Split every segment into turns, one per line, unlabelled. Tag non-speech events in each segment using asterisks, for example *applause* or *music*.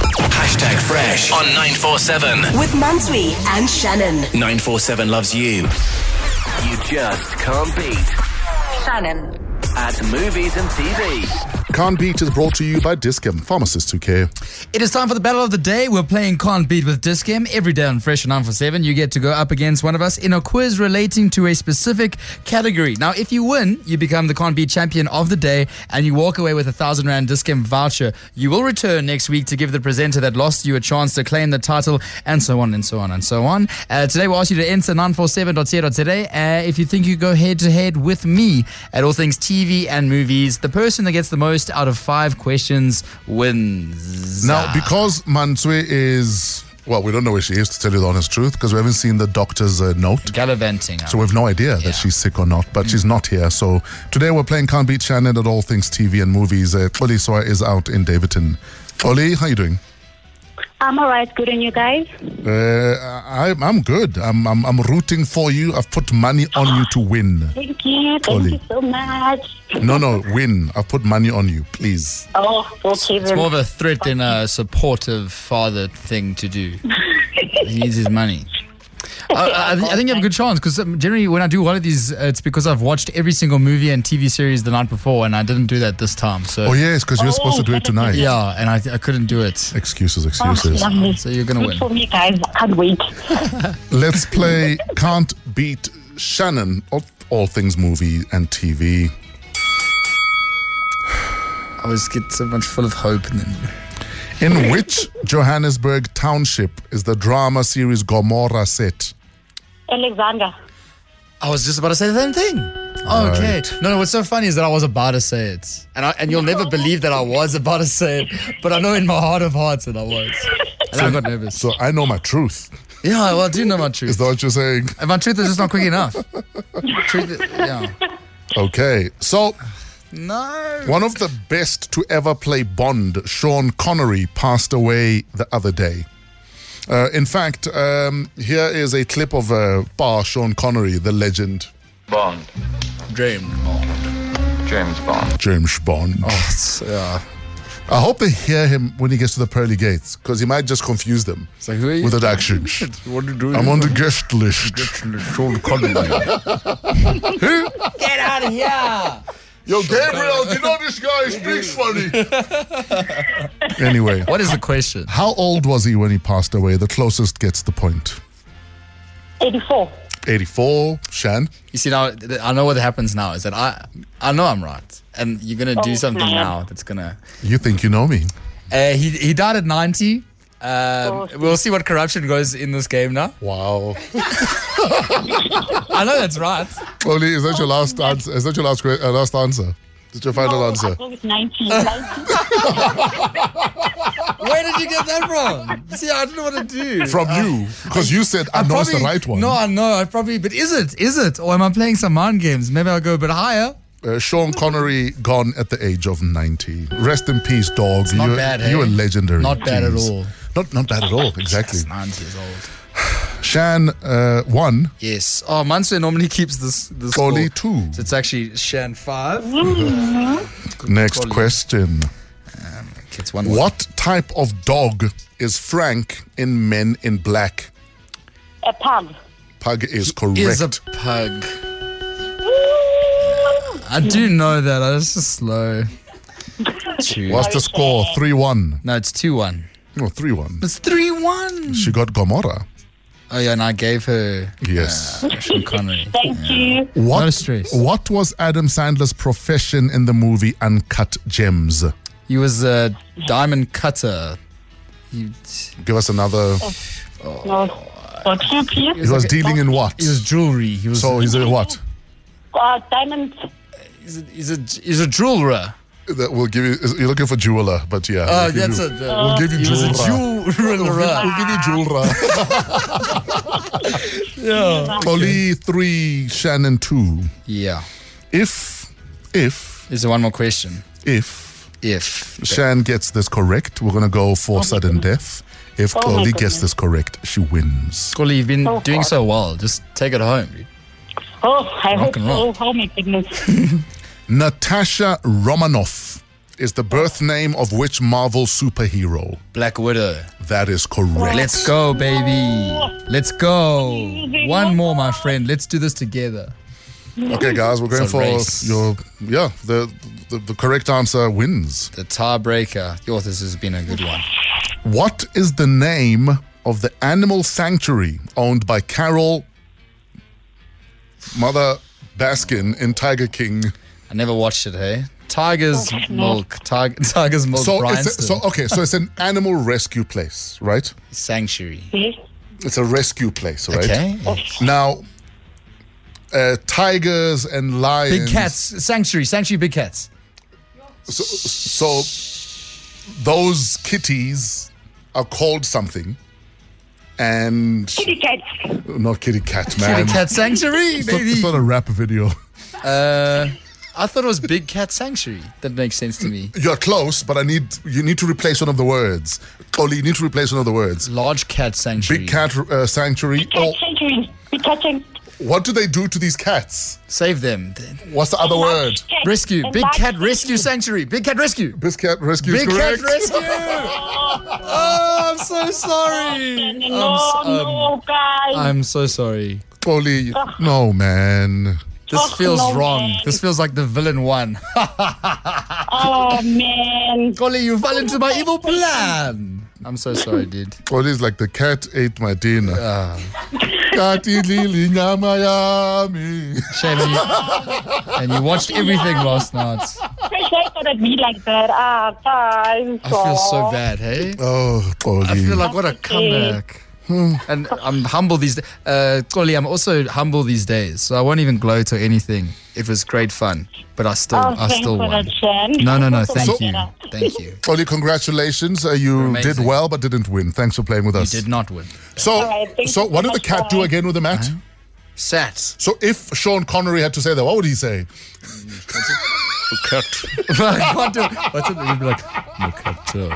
Hashtag Fresh on 947.
With Mansui and Shannon.
947 loves you. You just can't beat.
Shannon.
At movies and TV.
Can't Beat is brought to you by Discam, pharmacists who care.
It is time for the battle of the day. We're playing Can't Beat with Disc Game. Every day on Fresh and 947, you get to go up against one of us in a quiz relating to a specific category. Now, if you win, you become the Can't Beat champion of the day and you walk away with a 1,000 Rand Disc Game voucher. You will return next week to give the presenter that lost you a chance to claim the title and so on and so on and so on. Uh, today, we'll ask you to enter 947.ca.today. Uh, if you think you go head to head with me at all things TV and movies, the person that gets the most out of five questions wins.
Now, because Mansui is, well, we don't know where she is, to tell you the honest truth, because we haven't seen the doctor's uh, note.
Gallivanting.
So we've no idea
Yeah.
that she's sick or not, but she's not here. So today we're playing Can't Beat Shannon at all things TV and movies. Uh, Oli Soya is out in Davidton. Oli, how you doing?
I'm all right. Good, and you guys?
Uh, I, I'm good. I'm, I'm, I'm rooting for you. I've put money on you to win.
Thank you. Thank
Totally.
you so much.
No, no, win. I've put money on you, please.
Oh, okay
It's
then.
more of a threat than a supportive father thing to do. he needs his money. I, I, I thi- I think you have a good chance because generally when I do one of these, uh, it's because I've watched every single movie and TV series the night before, and I didn't do that this time. So
Oh, yes, because you're supposed to do it tonight.
yeah, and I, I couldn't do it.
Excuses,
Oh,
excuses.
lovely.
So you're gonna
Good
win.
for me, guys. I can't wait.
Let's play Can't Beat Shannon of all things movie and TV.
I always get so much full of hope, and then
In which Johannesburg township is the drama series Gomorrah set?
Alexander.
I was just about to say the same thing. Oh, Okay. No, no. What's so funny is that I was about to say it, and I, and you'll never believe that I was about to say it, but I know in my heart of hearts that I was. And I got nervous.
So I know my truth.
Yeah, well, I do know my
Is
truth.
that what you're saying?
And my truth is just not
*laughs*
quick enough. truth, is- yeah.
Okay. So
No.
one of the best to ever play Bond, Sean Connery, passed away the other day. Uh, in fact, um, here is a clip of uh, Bar Sean Connery, the legend
Bond.
Dream.
James Bond.
James Bond.
Oh, It's, yeah.
I hope they hear him when he gets to the pearly gates because he might just confuse them
like, who are you?
with that action.
What do you do?
I'm on the guest list. *laughs*
Sean Connery. Get out of here.
Yo, Gabriel, you know this guy speaks funny. anyway,
What is the question?
how old was he when he passed away? The closest gets the point.
84.
84, Shan.
You see now, th- I know what happens now is that I, I know I'm right, and you're gonna do
Oh,
something
man.
now that's gonna.
You think you know me?
Uh, he he died at 90. Um,
Oh.
we'll see what corruption goes in this game now.
Wow.
I know that's right.
Oli, is that
Oh,
your last answer? Is that your last, que- uh, last answer? Is your final
Oh,
*laughs*
answer?
I go with 90. 90.
Where did you get that from? See, I don't know what to do.
From you, because you said I, know it's the right one.
No, I know. I probably, but is it? Is it? Or am I playing some mind games? Maybe I'll go a bit higher.
Uh, Sean Connery gone at the age of 90. Rest in peace, dog.
not
you,
bad,
you
eh?
were legendary.
Not bad at
Jeez.
all.
Not, not bad at all, exactly.
It's 90 years old.
Shan, uh, one.
Yes. Oh, Mansour normally keeps this. this
Coley,
score.
two.
So it's actually Shan five.
Next
Coley.
question.
Okay, It's one. What?
What type of dog is Frank in Men in Black?
A pug.
Pug is correct.
Is a pug. I do know that. I was just slow. Two.
What's the score? 3 1.
No, it's two one.
No, 3 1.
It's three one.
She got Gomorrah.
Oh yeah, and I gave her
Yes.
Sean Connery.
Thank you.
What,
No stress.
what was Adam Sandler's profession in the movie Uncut Gems?
He was a diamond cutter. He,
Give us another.
Oh, No. For two, please.
He was dealing in what?
he was jewelry. He was
So he's a what?
Uh, diamond.
He's a, he's a, he's a jeweler.
That we'll give you. You're looking for jeweler, but yeah.
Oh,
we'll give
that's
you-
it.
We'll give you
he was a
jeweler.
jeweler.
We'll give you jeweler.
yeah.
Oli three, Shannon two.
Yeah.
If, if,
Is there one more question?
if
If
Shan gets this correct, we're gonna go for sudden death. If
Oh my
Oli gets
goodness.
this correct, she wins.
Scully, you've been
So
doing
hard.
so well. Just take it home. dude.
Oh, I
Rock
hope
and roll.
so. Oh, my goodness.
Natasha Romanoff is the birth name of which Marvel superhero?
Black Widow.
That is correct.
Let's go, baby. Let's go. One more, my friend. Let's do this together.
Okay, guys, we're going
It's a
for
race.
your yeah. The, the the correct answer wins.
The tiebreaker. Yo, this has been a good one.
What is the name of the animal sanctuary owned by Carol Mother Baskin in Tiger King?
I never watched it, hey? Tiger's Milk. Tig- *laughs* Tiger's Milk
So it's
Bryanston.
so okay. So it's an animal rescue place, right?
Sanctuary.
Yes.
It's a rescue place, right? Oh.
Okay.
Now, uh, tigers and lions.
Big cats. Sanctuary. Sanctuary big cats.
So those kitties are called something, and
Kitty cats.
not kitty cat man.
Big
*laughs*
cat sanctuary,
It's not, it's
baby.
not a rap video. *laughs*
Uh, I thought it was big cat sanctuary. That makes sense to me.
You're close, but I need you need to replace one of the words. Oli, you need to replace one of the words.
Large cat sanctuary.
Big cat uh, sanctuary.
Cat
Oh,
sanctuary. Big cat sanctuary.
what do they do to these cats?
Save them.
What's the other word?
Cat-
Rescue.
a
Big
large
cat rescue sanctuary. Big cat rescue.
This cat rescue is
Big cat
correct.
*laughs*
rescue. Oh, I'm so sorry. I'm,
No,
s- um,
no, guys.
I'm so sorry.
*laughs* Oli, no man.
This
Oh,
feels
no,
wrong.
man.
This feels like the
*laughs*
villain won.
oh, man.
Golly, you fell into my evil plan. I'm so sorry, dude.
Oli's like the cat ate my dinner.
Ah.
Cat idli nyama yami.
Shame you. And you watched everything last night.
Fresh light gonna be like that. Ah, guys.
I feel so bad, hey?
Oh,
I feel
Oli.
like what a comeback. And Hmm. *laughs* I'm humble these days. Uh, Golly, I'm also humble these days. So I won't even gloat or anything. It was great fun. But I still,
Oh,
I
thanks
still
for
won.
that, Shan.
No, no, no. Thank
So-
you. Thank you.
Oli, congratulations. Uh, you
amazing.
did well, but didn't win. Thanks for playing with
You
us.
did not win.
So,
Alright, thank
so
you so
what did the
much,
cat do
guys.
again with the mat?
Sat.
So, if Sean Connery had to say that, what would he say?
*laughs* I can't do it. What's it? You'd be like, no, can't do.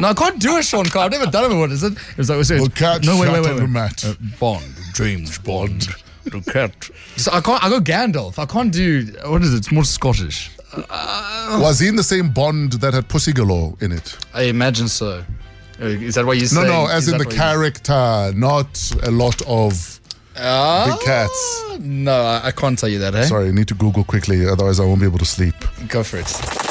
No, I can't do a Sean Connery. I've never done it. What is it? It was like, was it?
Well, cat
no, wait,
sat
wait, wait,
on
wait.
the mat.
Uh, Bond, James Bond. The cat. So I can't. I go Gandalf. I can't do. What is it? It's more Scottish.
*laughs* Was he in the same Bond that had Pussy Galore in it?
I imagine so. Uh, Is that what you're
No,
saying?
no, as
Is
in the
that what you-
character, not a lot of the cats.
Ah, No, I, I can't tell you that. Eh?
Sorry, I need to Google quickly, otherwise I won't be able to sleep.
Go for it.